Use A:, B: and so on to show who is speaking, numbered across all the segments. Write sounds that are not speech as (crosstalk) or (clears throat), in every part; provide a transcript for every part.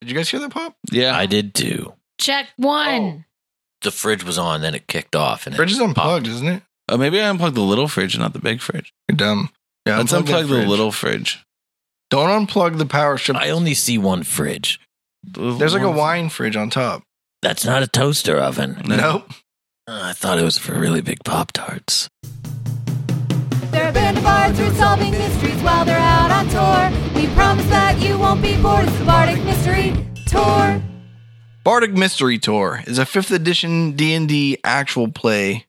A: Did you guys hear that pop?
B: Yeah.
C: I did too.
D: Check one.
C: The fridge was on, then it kicked off, and
A: Fridge
C: it
A: is unplugged, isn't it?
B: Oh, maybe I unplugged the little fridge, not the big fridge.
A: You're dumb. Yeah,
B: Let's
A: unplug that
B: unplug the
A: fridge.
B: little fridge.
A: Don't unplug the power strip.
C: I only see one fridge.
B: The
A: There's like a
B: one-
A: wine fridge on top.
C: That's not a toaster oven.
B: No.
A: Nope.
C: Uh, I thought it was for really big Pop Tarts.
E: They're band bards through solving mysteries while they're out on tour. We promise that you won't be bored. It's the Bardic Mystery Tour.
A: Bardic Mystery Tour is a 5th edition D&D actual play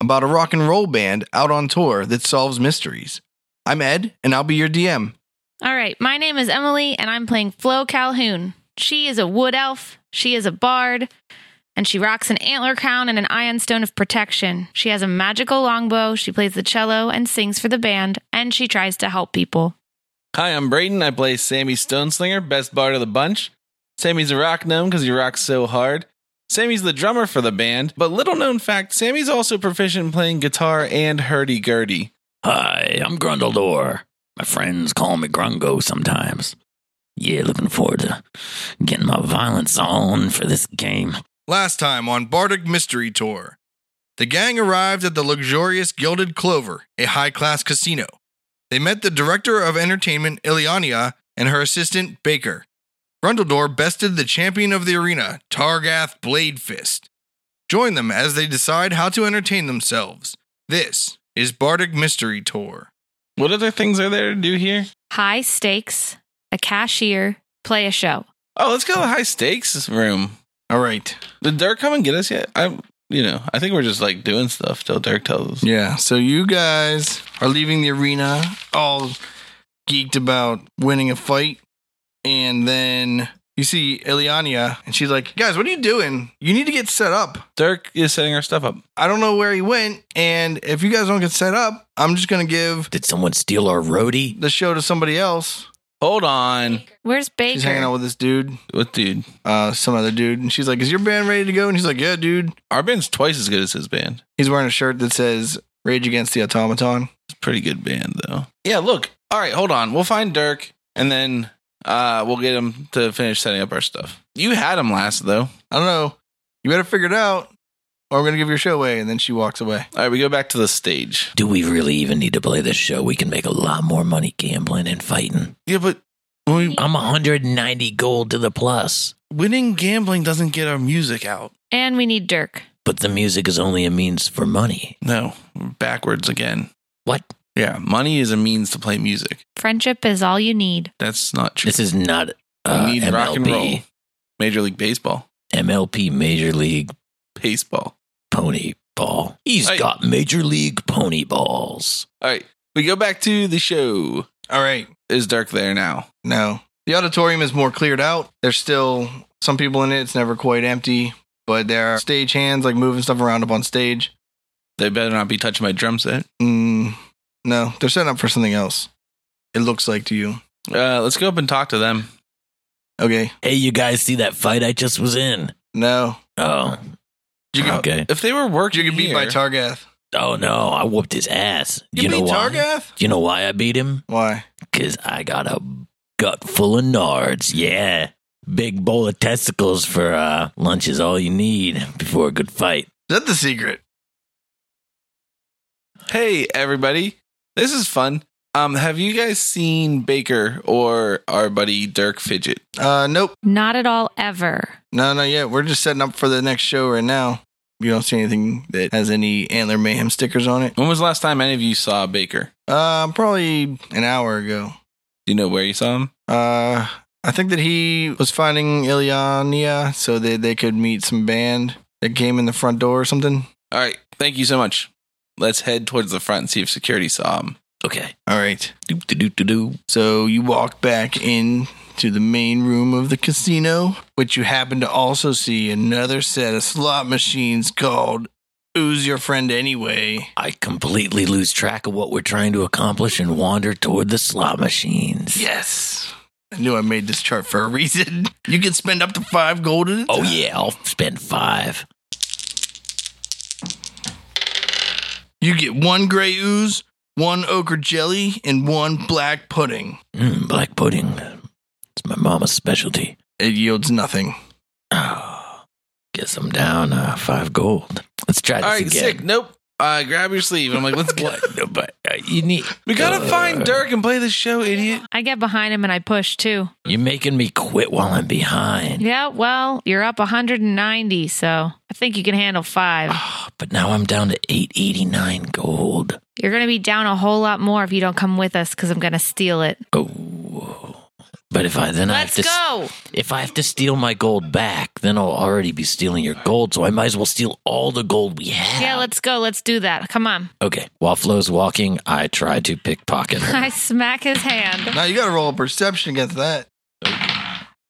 A: about a rock and roll band out on tour that solves mysteries. I'm Ed, and I'll be your DM. Oh.
D: All right. My name is Emily, and I'm playing Flo Calhoun. She is a wood elf. She is a bard, and she rocks an antler crown and an iron stone of protection. She has a magical longbow. She plays the cello and sings for the band, and she tries to help people.
B: Hi, I'm Braden. I play Sammy Stoneslinger, best bard of the bunch. Sammy's a rock gnome because he rocks so hard. Sammy's the drummer for the band, but little known fact, Sammy's also proficient in playing guitar and hurdy-gurdy.
C: Hi, I'm Grundledor. My friends call me Grungo sometimes. Yeah, looking forward to getting my violence on for this game.
A: Last time on Bardic Mystery Tour, the gang arrived at the luxurious Gilded Clover, a high class casino. They met the director of entertainment, Iliania, and her assistant, Baker. Grundledor bested the champion of the arena, Targath Bladefist. Join them as they decide how to entertain themselves. This is Bardic Mystery Tour.
B: What other things are there to do here?
D: High stakes, a cashier, play a show.
B: Oh, let's go to the high stakes room.
A: All right.
B: Did Dirk come and get us yet? I, you know, I think we're just like doing stuff till Dirk tells us.
A: Yeah, so you guys are leaving the arena all geeked about winning a fight. And then you see Iliania, and she's like, Guys, what are you doing? You need to get set up.
B: Dirk is setting our stuff up.
A: I don't know where he went. And if you guys don't get set up, I'm just going to give
C: Did someone steal our roadie?
A: the show to somebody else.
B: Hold on.
D: Where's Baker?
A: She's hanging out with this dude,
B: What dude?
A: uh, some other dude. And she's like, Is your band ready to go? And he's like, Yeah, dude.
B: Our band's twice as good as his band.
A: He's wearing a shirt that says Rage Against the Automaton.
B: It's a pretty good band though. Yeah, look. All right, hold on. We'll find Dirk and then uh we'll get him to finish setting up our stuff. You had him last though.
A: I don't know. You better figure it out, or I'm going to give your show away. And then she walks away.
B: All right, we go back to the stage.
C: Do we really even need to play this show? We can make a lot more money gambling and fighting.
B: Yeah, but when we,
C: I'm 190 gold to the plus,
B: winning gambling doesn't get our music out.
D: and we need Dirk.
C: but the music is only a means for money.
B: No, we're backwards again.
C: What?
B: Yeah, money is a means to play music.
D: Friendship is all you need.
B: That's not true.
C: This is not uh,
B: we need
C: MLB.
B: rock and roll. Major League Baseball.
C: MLP Major League
B: Baseball.
C: Pony Ball. He's
B: Hey.
C: got Major League Pony Balls.
B: All right, we go back to the show.
A: All right.
B: Is Dirk there now?
A: No. The auditorium is more cleared out. There's still some people in it. It's never quite empty, but there are stage hands like moving stuff around up on stage.
B: They better not be touching my drum set.
A: Mm, no, they're setting up for something else. It looks like to you.
B: Uh, let's go up and talk to them.
A: Okay.
C: Hey, you guys see that fight I just was in?
A: No.
C: Oh,
A: You can,
C: okay.
B: If they were working,
A: you can beat by
B: here-
A: Targath.
C: Oh no, I whooped his ass.
A: You,
C: know
A: beat
C: why?
A: Targath?
C: You know why I beat him?
A: Why?
C: Cause I got a gut full of nards. Yeah, big bowl of testicles for uh, lunch is all you need before a good fight.
A: Is that the secret?
B: Hey, everybody. This is fun. Um, have you guys seen Baker or our buddy Dirk Fidget?
A: Uh, nope.
D: Not at all ever.
A: No, not yet. We're just setting up for the next show right now. You don't see anything that has any Antler Mayhem stickers on it.
B: When was the last time any of you saw Baker?
A: Uh, probably an hour ago.
B: Do you know where you saw him?
A: Uh, I think that he was finding Iliania so that they could meet some band that came in the front door or something.
B: All right. Thank you so much. Let's head towards the front and see if security saw him.
C: Okay.
A: All right.
C: Doop doo doo doo doo.
A: So you walk back in to the main room of the casino, which you happen to also see another set of slot machines called Who's Your Friend Anyway?
C: I completely lose track of what we're trying to accomplish and wander toward the slot machines.
A: Yes. I knew I made this chart for a reason. (laughs) You can spend up to five gold in it.
C: Oh yeah, I'll spend five.
A: You get one gray ooze, one ochre jelly, and one black pudding.
C: Hmm, Mm, black pudding. It's my mama's specialty.
A: It yields nothing.
C: Oh, guess I'm down uh, five gold. Let's try this
B: All right,
C: again.
B: sick. Nope. Uh, grab your sleeve. I'm like, let's
C: (laughs)
B: go.
C: What? No, but uh, you need.
B: We gotta
C: Uh,
B: find Dirk and play this show, idiot.
D: I get behind him and I push too.
C: You're making me quit while I'm behind.
D: Yeah, well, you're up 190, so I think you can
C: (sighs)
D: handle five.
C: Ah, but now I'm down to 889 gold.
D: You're going to be down a whole lot more if you don't come with us because I'm going to steal it.
C: Oh. But if I then I have
D: Let's
C: to s-
D: go.
C: if I have to steal my gold back, then I'll already be stealing your gold, so I might as well steal all the gold we have.
D: Yeah, let's go. Let's do that. Come on. (laughs)
C: Okay. While Flo's walking, I try to pickpocket
D: (laughs)
C: her.
D: I smack his hand.
A: Now you gotta roll a perception against that.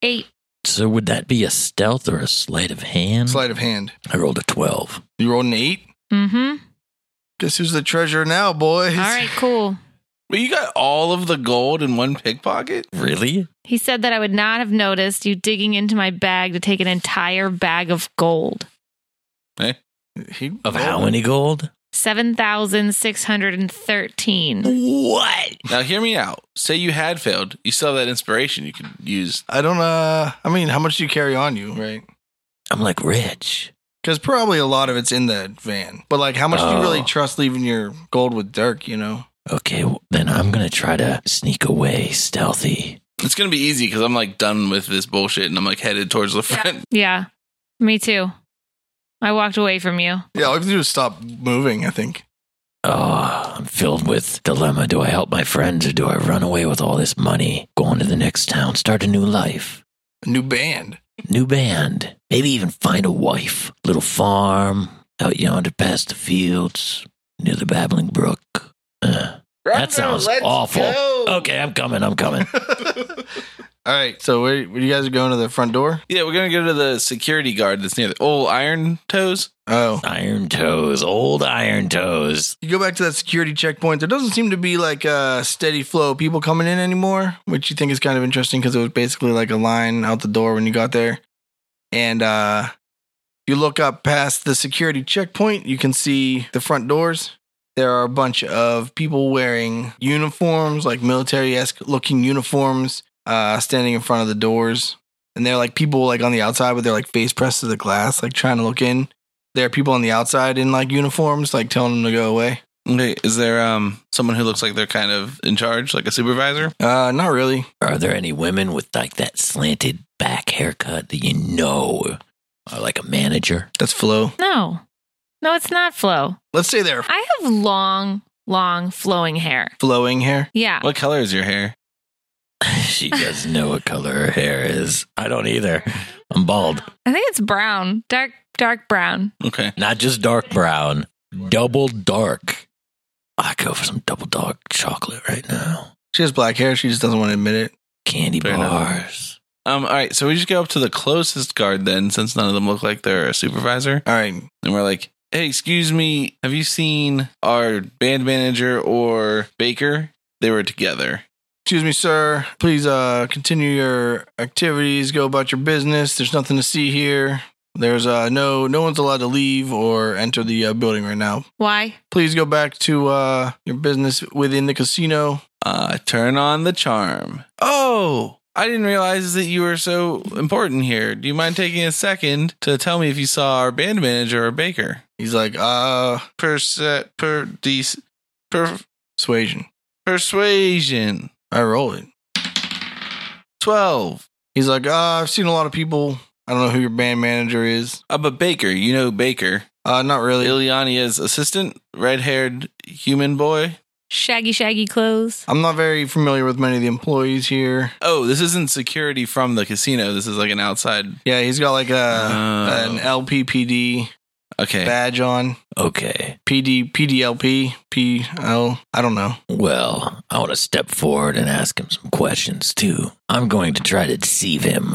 D: Eight.
C: So would that be a stealth or a sleight of hand?
A: Sleight of hand.
C: I rolled a 12.
A: You rolled an eight?
D: Mm hmm.
A: Guess who's the treasure now, boys?
D: All right, cool.
B: But you got all of the gold in one pickpocket?
C: Really?
D: He said that I would not have noticed you digging into my bag to take an entire bag of gold.
A: (laughs) He
C: Of how many gold?
D: 7,613.
C: What?
B: Now, hear me out. Say you had failed. You still have that inspiration you could use.
A: I don't uh I mean how much do you carry on you, right?
C: I'm like rich.
A: Because probably a lot of it's in the van. But like how much do you really
C: Oh.
A: trust leaving your gold with Dirk, you know?
C: Okay, well, then I'm gonna try to sneak away stealthy.
B: It's gonna be easy because I'm like done with this bullshit and I'm like headed towards the front.
D: Yeah, me too. I walked away from you.
A: Yeah, all you have to do is stop moving, I think.
C: Oh, I'm filled with dilemma. Do I help my friends or do I run away with all this money? Go on to the next town, start a new life,
A: A new band.
C: new band, maybe even find a wife. Little farm out yonder past the fields near the babbling brook. Uh, that sounds awful. Okay, I'm coming. I'm coming.
A: (laughs)
C: (laughs)
A: All right, so where, where you guys are going to the front door?
B: (laughs) Yeah, we're gonna go to the security guard that's near the old Iron Toes.
A: Oh.
C: iron toes, old iron toes.
A: You go back to that security checkpoint. There doesn't seem to be like a steady flow of people coming in anymore, which you think is kind of interesting because it was basically like a line out the door when you got there. And uh, you look up past the security checkpoint, you can see the front doors. There are a bunch of people wearing uniforms, like military esque looking uniforms, uh, standing in front of the doors. And they're like people like on the outside, but they're like face pressed to the glass, like trying to look in. There are people on the outside in like uniforms, like telling them to go away.
B: Okay, is there um someone who looks like they're kind of in charge, like a supervisor?
A: Uh, not really.
C: Are there any women with like that slanted back haircut that you know are like a manager? (laughs)
A: That's flow.
D: No, no, it's not Flo.
A: Let's say they're
D: I have long, long flowing hair.
A: flowing hair.
D: Yeah.
B: What color is your hair?
C: she doesn't know what color her hair is. I don't either. I'm bald.
D: I think it's brown, dark, dark brown.
B: Okay.
C: Not just dark brown, double dark. I go for some double dark chocolate right now.
A: She has black hair. She just doesn't want to admit it.
C: Candy
B: Fair enough.
C: bars.
B: Um, all right, so we just go up to the closest guard then, since none of them look like they're a supervisor.
A: All right.
B: And we're like, hey, excuse me, have you seen our band manager or Baker? They were together.
A: Excuse me, sir. Please uh continue your activities. Go about your business. There's nothing to see here. There's uh no no one's allowed to leave or enter the uh, building right now.
D: Why?
A: Please go back to uh your business within the casino.
B: Uh, turn on the charm. Oh, I didn't realize that you were so important here. Do you mind taking a second to tell me if you saw our band manager or Baker?
A: He's like uh
B: Perse- per- de- per-
A: persuasion.
B: persuasion.
A: I roll it.
B: 12.
A: He's like uh I've seen a lot of people. I don't know who your band manager is.
B: Uh, but Baker, you know Baker.
A: Uh, not really.
B: Ileania's assistant, red haired human boy.
D: Shaggy, shaggy clothes.
A: I'm not very familiar with many of the employees here.
B: Oh, this isn't security from the casino. This is like an outside.
A: Yeah, he's got like a
B: Oh.
A: Uh, an LPPD
B: Okay.
A: badge on.
C: Okay.
A: PD PDLP PL. I don't know.
C: Well, I want to step forward and ask him some questions too. I'm going to try to deceive him.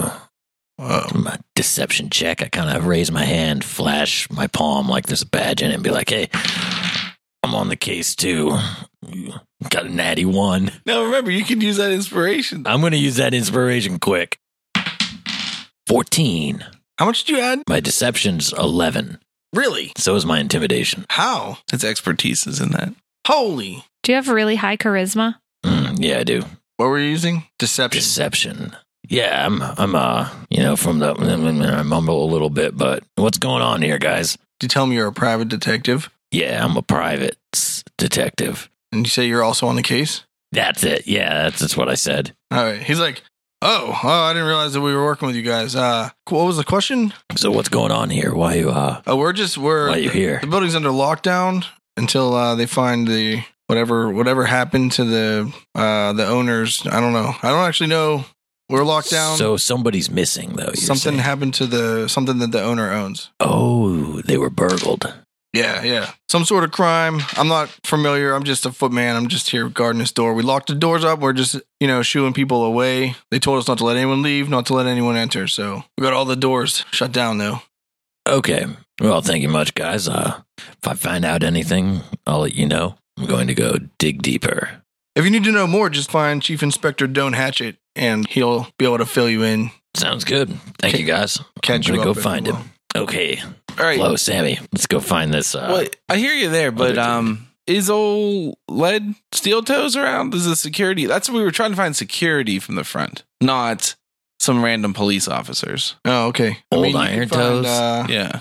A: Uh,
C: my deception check, I kind of raise my hand, flash my palm like there's a badge in it, and be like, hey, I'm on the case too. Got a natty one.
B: Now remember, you can use that inspiration.
C: I'm going to use that inspiration quick. 14.
A: how much did you add?
C: My deception's 11.
A: Really?
C: So is my intimidation.
A: How?
B: Its expertise is in that.
A: Holy.
D: Do you have really high charisma?
C: Mm, yeah, I do.
A: What were you using? Deception.
C: Deception. Yeah, I'm, I'm, uh, you know, from the, I mumble a little bit, but what's going on here, guys?
A: You tell me you're a private detective,
C: Yeah, I'm a private s- detective.
A: and you say you're also on the case.
C: That's it. Yeah, that's, that's what I said.
A: All right. He's like, oh, oh, I didn't realize that we were working with you guys. Uh, what was the question?
C: So what's going on here? Why you, uh,
A: Oh, we're just we're
C: why you here?
A: the building's under lockdown until uh, they find the whatever whatever happened to the uh, the owners. I don't know. I don't actually know. We're locked down.
C: So somebody's missing, though. you're
A: something
C: saying.
A: happened to the something that the owner owns.
C: oh, they were burgled.
A: Yeah, yeah. Some sort of crime. I'm not familiar. I'm just a footman. I'm just here guarding this door. We locked the doors up. We're just, you know, shooing people away. They told us not to let anyone leave, not to let anyone enter. So we got all the doors shut down, though.
C: Okay. Well, thank you much, guys. Uh, if I find out anything, I'll let you know. I'm going to go dig deeper.
A: If you need to know more, just find Chief Inspector Don Hatchet and he'll be able to fill you in.
C: Sounds good. Thank
A: Ca-
C: you, guys.
A: Catch
C: I'm
A: you
C: gonna
A: up
C: go
A: if
C: find
A: you
C: him. Okay.
B: All right.
C: Hello, Sammy. Let's go find this. Uh,
B: Well, I hear you there, but
C: dude.
B: um, is old lead steel toes around? Is the security? That's what we were trying to find security from the front, not some random police officers.
A: Oh, okay.
C: Old
A: you
C: Iron
A: can find,
C: Toes?
A: uh,
B: Yeah,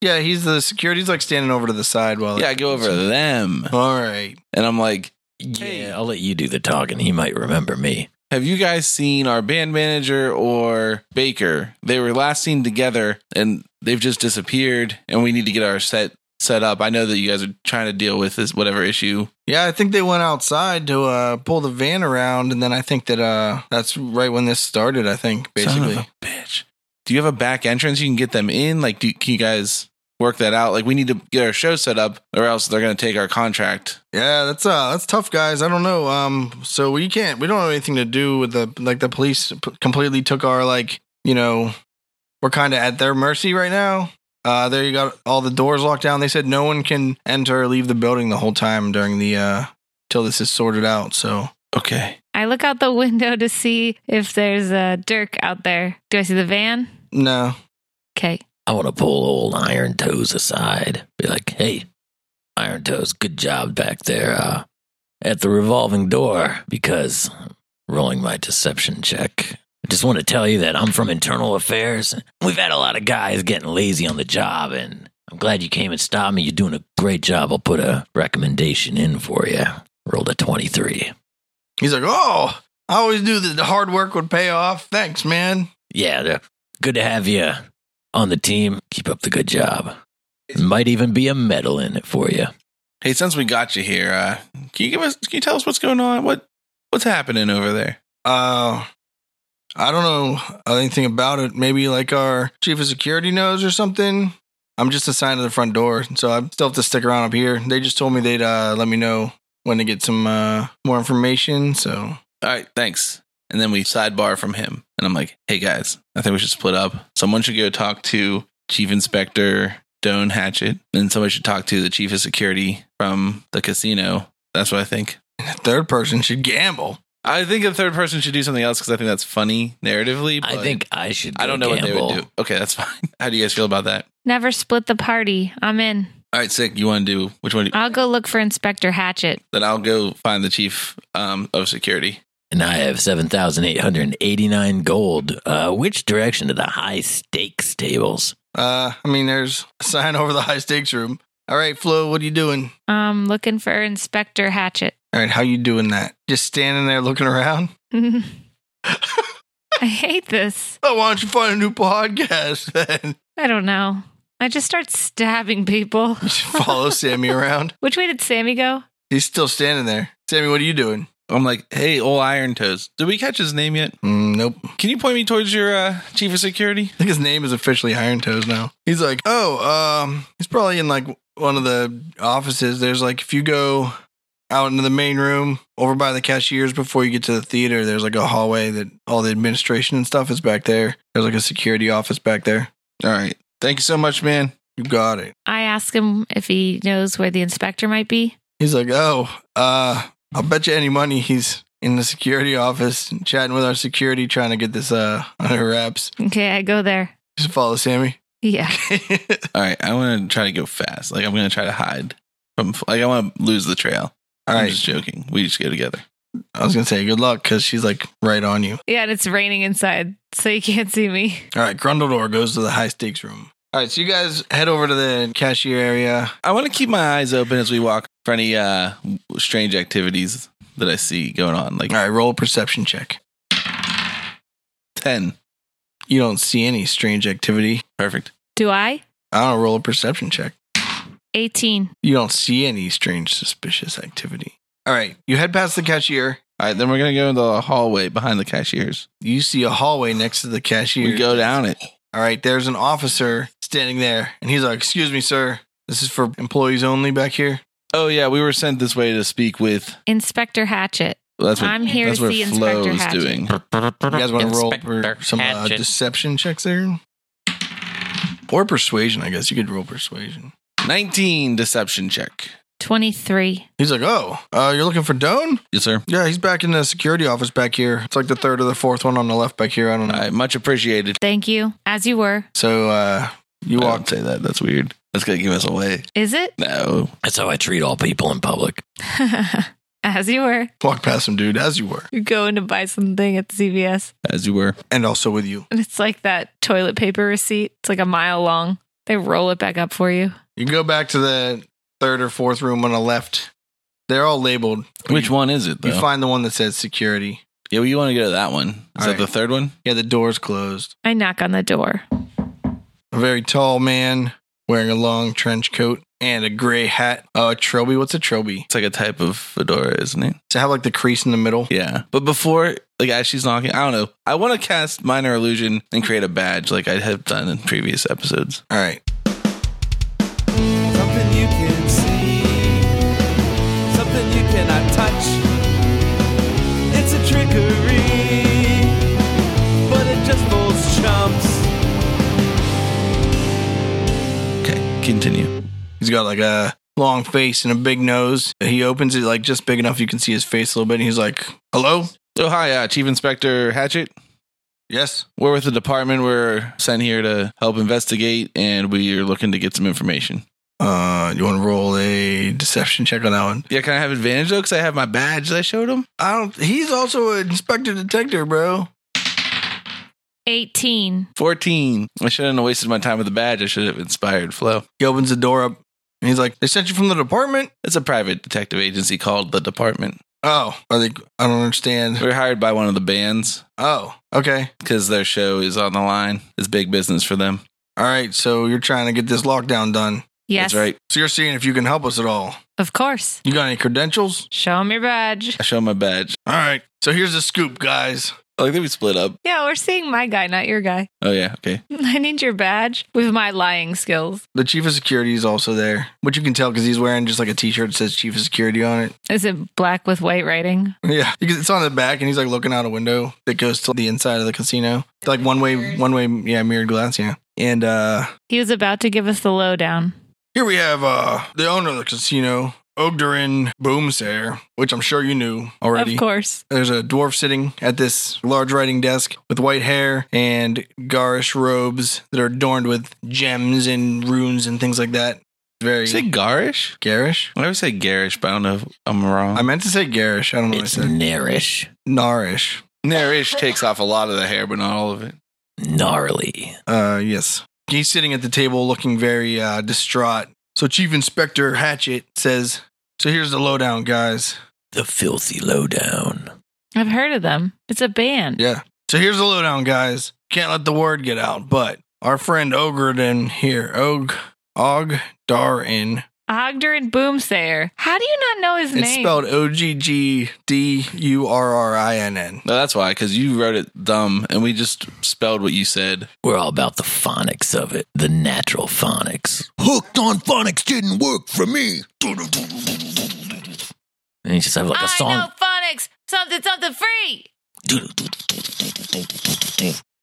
A: yeah, he's the security. He's like standing over to the side while.
B: yeah. I go over them,
A: All right.
B: and I'm like,
C: yeah,
B: hey.
C: I'll let you do the talking. He might remember me.
B: Have you guys seen our band manager or Baker? They were last seen together and they've just disappeared and we need to get our set set up. I know that you guys are trying to deal with this whatever issue.
A: Yeah, I think they went outside to uh, pull the van around, and then I think that uh, that's right when this started. I think basically.
B: Son of a bitch. Do you have a back entrance you can get them in? Like do can you guys work that out? Like we need to get our show set up or else they're going to take our contract.
A: Yeah, that's uh, that's tough, guys. I don't know. Um, so we can't. We don't have anything to do with the like the police p- completely took our like you know, we're kind of at their mercy right now. Uh, there you got all the doors locked down. They said no one can enter or leave the building the whole time during the uh till this is sorted out. So
B: Okay.
D: I look out the (laughs) window to see if there's a Dirk out there. Do I see the van?
A: no,
D: Okay.
C: I want to pull old Iron Toes aside. Be like, hey, Iron Toes, good job back there uh, at the revolving door because rolling my deception check. I just want to tell you that I'm from Internal Affairs. We've had a lot of guys getting lazy on the job, and I'm glad you came and stopped me. You're doing a great job. I'll put a recommendation in for you. Rolled a 23.
A: he's like, oh, I always knew that the hard work would pay off. Thanks, man.
C: Yeah, they're- good to have you on the team. Keep up the good job. Might even be a medal in it for you.
B: Hey, since we got you here, uh, can you give us can you tell us what's going on? What what's happening over there?
A: Uh, I don't know anything about it. Maybe like our chief of security knows or something. I'm just assigned to the front door, so I still have to stick around up here. They just told me they'd uh, let me know when to get some uh, more information. So
B: all right, thanks. And then we sidebar from him. And I'm like, hey guys, I think we should split up. Someone should go talk to Chief Inspector Doan Hatchet. And somebody should talk to the Chief of Security from the casino. That's what I think.
A: the third person should gamble.
B: I think a third person should do something else because I think that's funny narratively. But
C: I think I should.
B: I don't know
C: go
B: what they
C: gamble.
B: would do. Okay, that's (laughs) fine. How do you guys feel about that?
D: Never split the party. I'm in.
B: All right, sick. You want to do which one? do you-
D: I'll go look for Inspector Hatchet.
B: then I'll go find the Chief um, of Security.
C: And I have 7,889 gold. Uh, which direction to the high stakes tables?
A: Uh, I mean, there's a sign over the high stakes room. All right, Flo, what are you doing?
D: I'm looking for Inspector Hatchet. (laughs)
A: All right, how you doing that? Just standing there looking around?
D: I hate this.
A: Oh, why don't you find a new podcast then?
D: I don't know. I just start stabbing people.
A: You should (laughs) follow Sammy around.
D: Which way did Sammy go?
A: He's still standing there. Sammy, what are you doing?
B: I'm like, hey, old Iron Toes. Did we catch his name yet?
A: Mm, nope.
B: Can you point me towards your uh, Chief of Security? (laughs)
A: I think his name is officially Iron Toes now. He's like, oh, um, he's probably in like one of the offices. There's like, if you go out into the main room over by the cashiers before you get to the theater, there's like a hallway that all the administration and stuff is back there. There's like a security office back there.
B: All right. Thank you so much, man.
A: You got it.
D: I ask him if he knows where the inspector might be.
A: He's like, oh, uh, I'll bet you any money he's in the security office chatting with our security, trying to get this uh under wraps.
D: Okay, I go there.
A: Just follow Sammy. (laughs)
D: Yeah.
B: All right. I want to try to go fast. Like, I'm going to try to hide from, like, I want to lose the trail.
A: all
B: I'm
A: right.
B: just joking. We just go together.
A: I was gonna say good luck because she's like right on you.
D: Yeah, and it's raining inside, so you can't see me.
A: All right, Grundledor goes to the high stakes room. All right, so you guys head over to the cashier area.
B: I want to keep my eyes open as we walk for any uh, strange activities that I see going on. Like
A: All right, roll a perception check.
B: 10.
A: You don't see any strange activity.
B: Perfect.
D: Do I?
A: I don't roll a perception check.
D: 18.
A: You don't see any strange, suspicious activity. All right, you head past the cashier.
B: All right, then we're going to go into the hallway behind the cashiers.
A: You see a hallway next to the cashier.
B: We go down it.
A: All right, there's an officer standing there, and he's like, Excuse me, sir. This is for employees only back here.
B: Oh, yeah, we were sent this way to speak with.
D: Inspector Hatchet.
B: Well, that's what,
D: I'm here
B: that's
D: to
B: what
D: see
B: Flo
D: Inspector
B: is
D: Hatchet.
B: doing.
A: You guys want to roll for some uh, deception checks there? Or persuasion, I guess. You could roll persuasion.
B: 19 deception check.
D: 23.
A: He's like, Oh, uh, you're looking for Doan?
B: Yes, sir.
A: Yeah, he's back in the security office back here. It's like the third or the fourth one on the left back here. I don't know.
B: All right, much appreciated.
D: Thank you. As you were.
A: So uh, you
B: I
A: walk
B: won't say that. That's weird. That's going to give us away.
D: Is it? (laughs)
B: No.
C: That's how I treat all people in public.
D: As you were.
A: walk past him, dude, as you were,
D: You're going to buy something at the CVS.
B: As you were.
A: and also with you.
D: And it's like that toilet paper receipt. It's like a mile long. They roll it back up for you.
A: You go back to the third or fourth room on the left. They're all labeled.
B: Which
A: you,
B: one is it, though?
A: You find the one that says security.
B: yeah, well, you want to go to that one. Is
A: All
B: that
A: right.
B: the third one?
A: Yeah, the door's closed.
D: I knock on the door.
A: A very tall man wearing a long trench coat and a gray hat. Oh, a trophy. What's a trophy?
B: It's like a type of fedora, isn't it?
A: To have like the crease in the middle.
B: Yeah. But before, like, as she's knocking, I don't know. I want to cast Minor Illusion and create a badge like I have done in previous episodes.
A: All right.
F: Something you can see, something you cannot touch. It's a trickery, but it just fools chumps.
B: Okay, continue.
A: He's got like a long face and a big nose. He opens it like just big enough you can see his face a little bit. And he's like, "Hello?
B: So, hi, uh, Chief Inspector Hatchet.
A: Yes.
B: We're with the department. We're sent here to help investigate, and we are looking to get some information.
A: Uh, you want to roll a deception check on that one?
B: Yeah, can I have advantage though? Because I have my badge that I showed him.
A: I don't. He's also an inspector detective, bro.
D: 18.
B: 14. I shouldn't have wasted my time with the badge. I should have inspired Flo.
A: He opens the door up and he's like, "They sent you from the department."
B: It's a private detective agency called the department.
A: Oh, I think I don't understand.
B: We We're hired by one of the bands
A: Oh, okay.
B: because their show is on the line. It's big business for them.
A: All right. So you're trying to get this lockdown done.
D: Yes.
B: That's right.
A: So you're seeing if you can help us at all.
D: Of course.
A: You got any credentials?
D: Show them your badge.
B: I show him my badge.
A: All right. So here's the scoop, guys.
B: I Like that we split up.
D: Yeah, we're seeing my guy, not your guy.
B: Oh yeah, okay.
D: (laughs) I need your badge with my lying skills.
A: The chief of security is also there, which you can tell because he's wearing just like a T-shirt that says "Chief of Security" on it.
D: Is it black with white writing?
A: Yeah, because it's on the back, and he's like looking out a window that goes to the inside of the casino, It's like one way, one way, yeah, mirrored glass, yeah. And uh
D: He was about to give us the lowdown.
A: here we have uh the owner of the casino, Ogdorin Boomsayer, which I'm sure you knew already.
D: Of course.
A: There's a dwarf sitting at this large writing desk with white hair and garish robes that are adorned with gems and runes and things like that. Very
B: You say garish?
A: garish.
B: I always say garish, but I don't know if I'm wrong.
A: I meant to say garish. I don't know what I
C: It's
A: said.
C: narish,
A: Narish.
B: Narish takes off a lot of the hair, but not all of it.
C: gnarly.
A: Uh, yes. He's sitting at the table looking very uh, distraught. So Chief Inspector Hatchet says, So here's the lowdown, guys.
C: The filthy lowdown.
D: I've heard of them. It's a band.
A: Yeah. So here's the lowdown, guys. Can't let the word get out, but our friend Ogredin here, Og, Og Darin,
D: Ogder and Boomsayer. How do you not know his
A: it's
D: name?
A: spelled O G G D U R R I N N.
B: No, that's why, because you wrote it dumb, and we just spelled what you said.
C: We're all about the phonics of it, the natural phonics. Hooked on phonics didn't work for me. And you just have like a
D: I know
C: song.
D: phonics. Something, something free.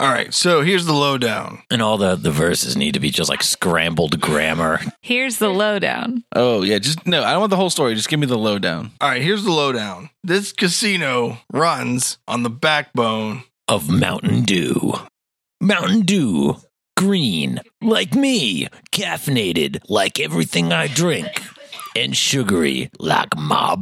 A: All right. So here's the lowdown.
C: And all the, the verses need to be just like scrambled grammar.
D: Here's the lowdown.
B: Oh yeah, just no. I don't want the whole story. Just give me the lowdown.
A: All right. Here's the lowdown. This casino runs on the backbone
C: of Mountain Dew. Mountain Dew, green, like me, caffeinated, like everything I drink. and sugary like my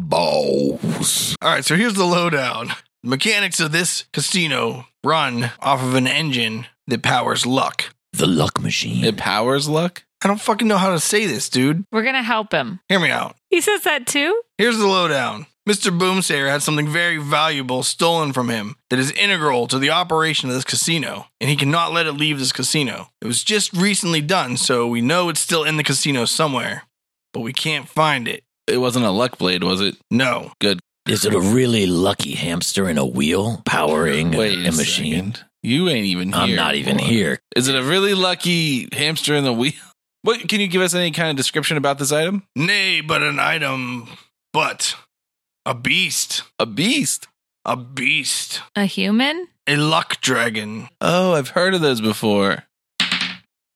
C: balls.
A: All right, so here's the lowdown. Mechanics of this casino run off of an engine that powers luck.
C: The luck machine.
B: It powers luck.
A: I don't fucking know how to say this, dude.
D: We're going to help him.
A: Hear me out.
D: He says that too?
A: Here's the lowdown. Mr. Boomsayer had something very valuable stolen from him that is integral to the operation of this casino, and he cannot let it leave this casino. It was just recently done, so we know it's still in the casino somewhere, but we can't find it.
B: It wasn't a luck blade, was it?
A: No.
C: Is it a really lucky hamster in a wheel powering
B: Wait
C: a, machine?
B: second. You ain't even here.
C: I'm not even here.
B: Is it a really lucky hamster in the wheel? (laughs) What can you give us any kind of description about this item?
A: Nay, but an item, but a beast.
B: A beast.
A: A beast.
D: A human?
A: A luck dragon.
B: Oh, I've heard of those before.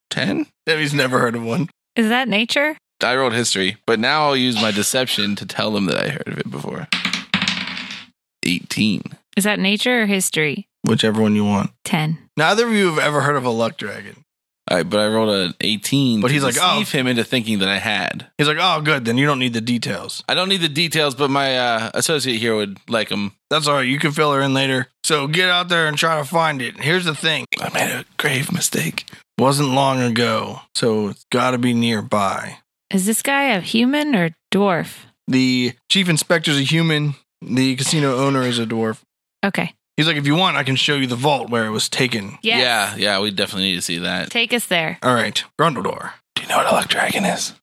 B: 10?
A: Debbie's never heard of one.
D: Is that nature?
B: I rolled history, but now I'll use my deception to tell them that I heard of it before. 18.
D: Is that nature or history?
A: Whichever one you want.
D: 10.
A: Neither of you have ever heard of a luck dragon.
B: All right, but I rolled an 18.
A: But
B: to
A: he's like, oh.
B: deceive him into thinking that I had.
A: He's like, oh, good, then you don't need the details.
B: I don't need the details, but my uh, associate here would like them.
A: That's all right. You can fill her in later. So get out there and try to find it. Here's the thing
B: I made a grave mistake.
A: wasn't long ago, so it's got to be nearby.
D: Is this guy a human or dwarf?
A: The chief inspector's a human, the casino owner is a dwarf.
D: Okay.
A: He's like, if you want, I can show you the vault where it was taken.
D: Yes.
B: Yeah, yeah, we definitely need to see that.
D: Take us there.
A: All right, Grundledor.
B: Do you know what a luck dragon is?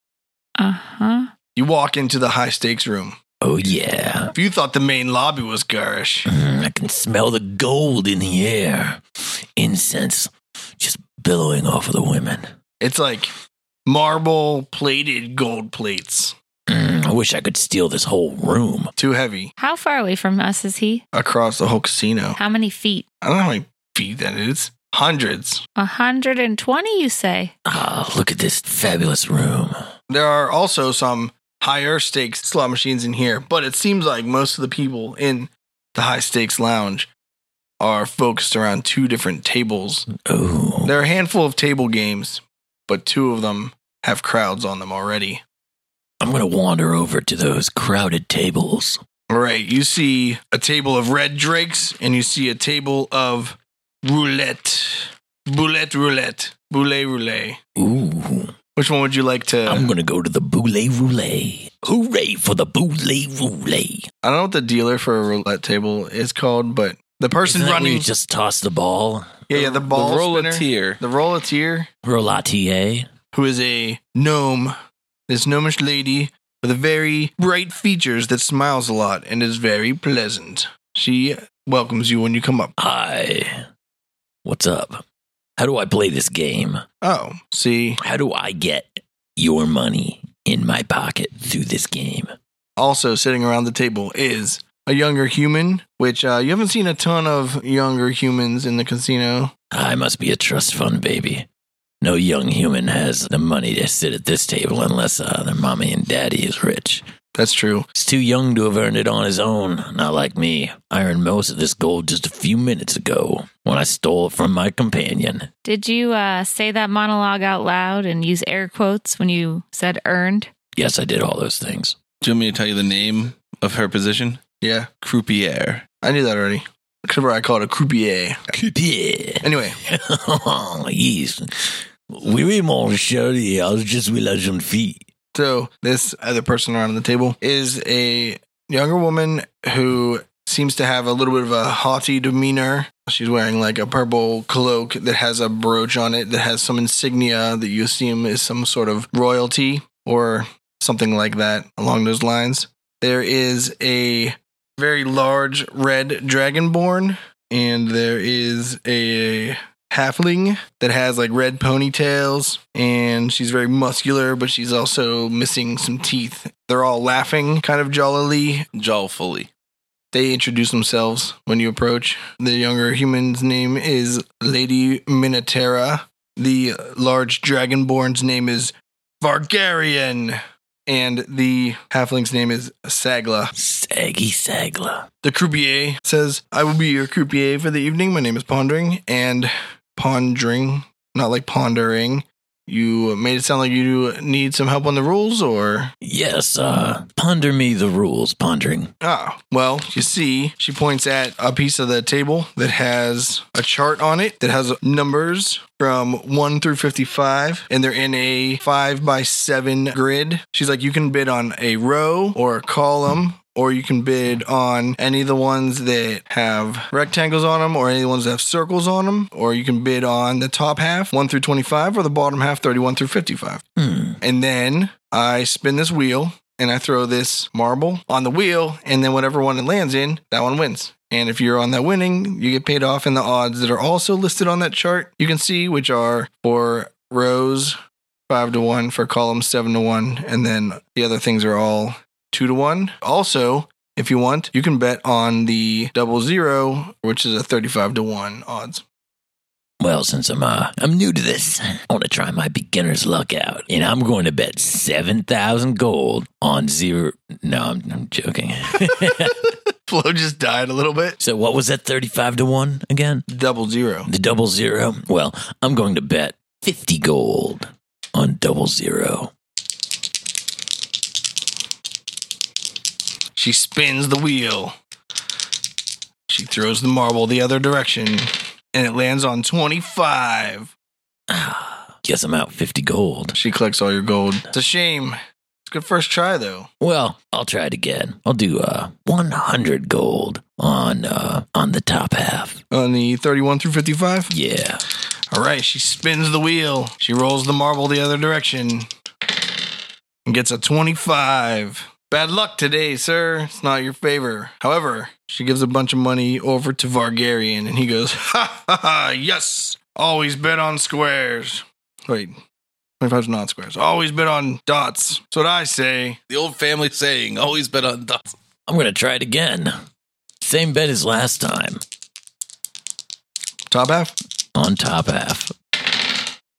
D: Uh huh.
A: You walk into the high stakes room.
C: Oh, yeah.
A: If you thought the main lobby was garish,
C: Mm, I can smell the gold in the air. Incense just billowing off of the women.
A: it's like marble plated gold plates.
C: Mm, I wish I could steal this whole room.
A: Too heavy
D: How far away from us is he?
A: across the whole casino.
D: How many feet?
A: I don't know how many feet that is. Hundreds.
D: 120, you say?
C: Ah, look at this fabulous room.
A: There are also some higher stakes slot machines in here, but it seems like most of the people in the high stakes lounge are focused around two different tables.
C: Oh,
A: There are a handful of table games, but two of them have crowds on them already.
C: I'm going to wander over to those crowded tables.
A: All right, you see a table of red drakes and you see a table of roulette. Boulette roulette. Boulet roulette.
C: Ooh,
A: Which one would you like to?
C: I'm going to go to the boule roulette. Hooray for the boule roulette.
A: I don't know what the dealer for a roulette table is called, but the person
C: Isn't that where
A: running,
C: you just toss the ball?
A: yeah, yeah, the ball
B: roller
A: spinner,
B: tier.
A: the rollatier,
C: Roulatier?
A: who is a gnome, this gnomish lady with a very bright features that smiles a lot and is very pleasant. She welcomes you when you come up.
C: Hi. What's up? How do I play this game?
A: Oh, see,
C: How do I get your money in my pocket through this game?
A: also sitting around the table is a younger human, which uh, you haven't seen a ton of younger humans in the casino.
C: I must be a trust fund baby. No young human has the money to sit at this table unless uh, their mommy and daddy is rich.
A: That's true.
C: He's too young to have earned it on his own, not like me. I earned most of this gold just a few minutes ago when I stole it from my companion.
D: Did you uh, say that monologue out loud and use air quotes when you said earned?
C: Yes, I did all those things.
B: Do you want me to tell you the name of her position?
A: Yeah,
B: Croupier.
A: I knew that already. Except for I call it a croupier.
C: Yeah.
A: Anyway,
C: (laughs) yes. Oui, oui, mon chéri, I was just with la jeune fille.
A: So this other person around the table is a younger woman who seems to have a little bit of a haughty demeanor. She's wearing like a purple cloak that has a brooch on it that has some insignia that you assume is some sort of royalty or something like that along those lines. There is a very large red dragonborn and there is a halfling that has like red ponytails and she's very muscular but she's also missing some teeth they're all laughing kind of jollily
B: Jawfully.
A: they introduce themselves when you approach the younger human's name is lady minotera the large dragonborn's name is vargarian and the halfling's name is sagla
C: Saggy Sagla.
A: the croupier says, I will be your croupier for the evening. My name is Pondering and Pondering, not like pondering, You made it sound like you need some help on the rules, or
C: Yes, uh, ponder me the rules, pondering.
A: ah, well, you see, she points at a piece of the table that has a chart on it that has numbers from one through fifty-five, and they're in a five by seven grid. She's like, you can bid on a row or a column. Or you can bid on any of the ones that have rectangles on them, or any of the ones that have circles on them, or you can bid on the top half, 1 through 25, or the bottom half, 31 through 55.
C: Hmm.
A: And then I spin this wheel and I throw this marble on the wheel. And then whatever one it lands in, that one wins. And if you're on that winning, you get paid off in the odds that are also listed on that chart. You can see which are for rows five to one, for columns seven to one, and then the other things are all two to one. Also, if you want, you can bet on the double zero, which is a 35 to one odds. (laughs)
C: Well, since I'm uh, I'm new to this, I want to try my beginner's luck out, and I'm going to bet seven thousand gold on zero. No, I'm, I'm joking. (laughs)
A: Flo just died a little bit.
C: so what was that? Thirty-five to one again?
A: Double zero.
C: The double zero. Well, I'm going to bet fifty gold on double zero.
A: She spins the wheel. She throws the marble the other direction, and it lands on 25.
C: Guess I'm out fifty gold.
A: She collects all your gold. It's a shame. It's a good first try, though.
C: Well, I'll try it again. I'll do uh one hundred gold on uh on the top half.
A: On the 31 through 55.
C: Yeah.
A: All right, she spins the wheel. She rolls the marble the other direction and gets a 25. Bad luck today, sir. It's not your favor. However, she gives a bunch of money over to Vargarian and he goes, (laughs) Ha ha ha, yes. Always bet on squares. Wait, 25's not squares. Always bet on dots. That's what I say.
B: The old family saying, always bet on dots.
C: I'm gonna try it again. Same bet as last time.
A: Top half.
C: On top half.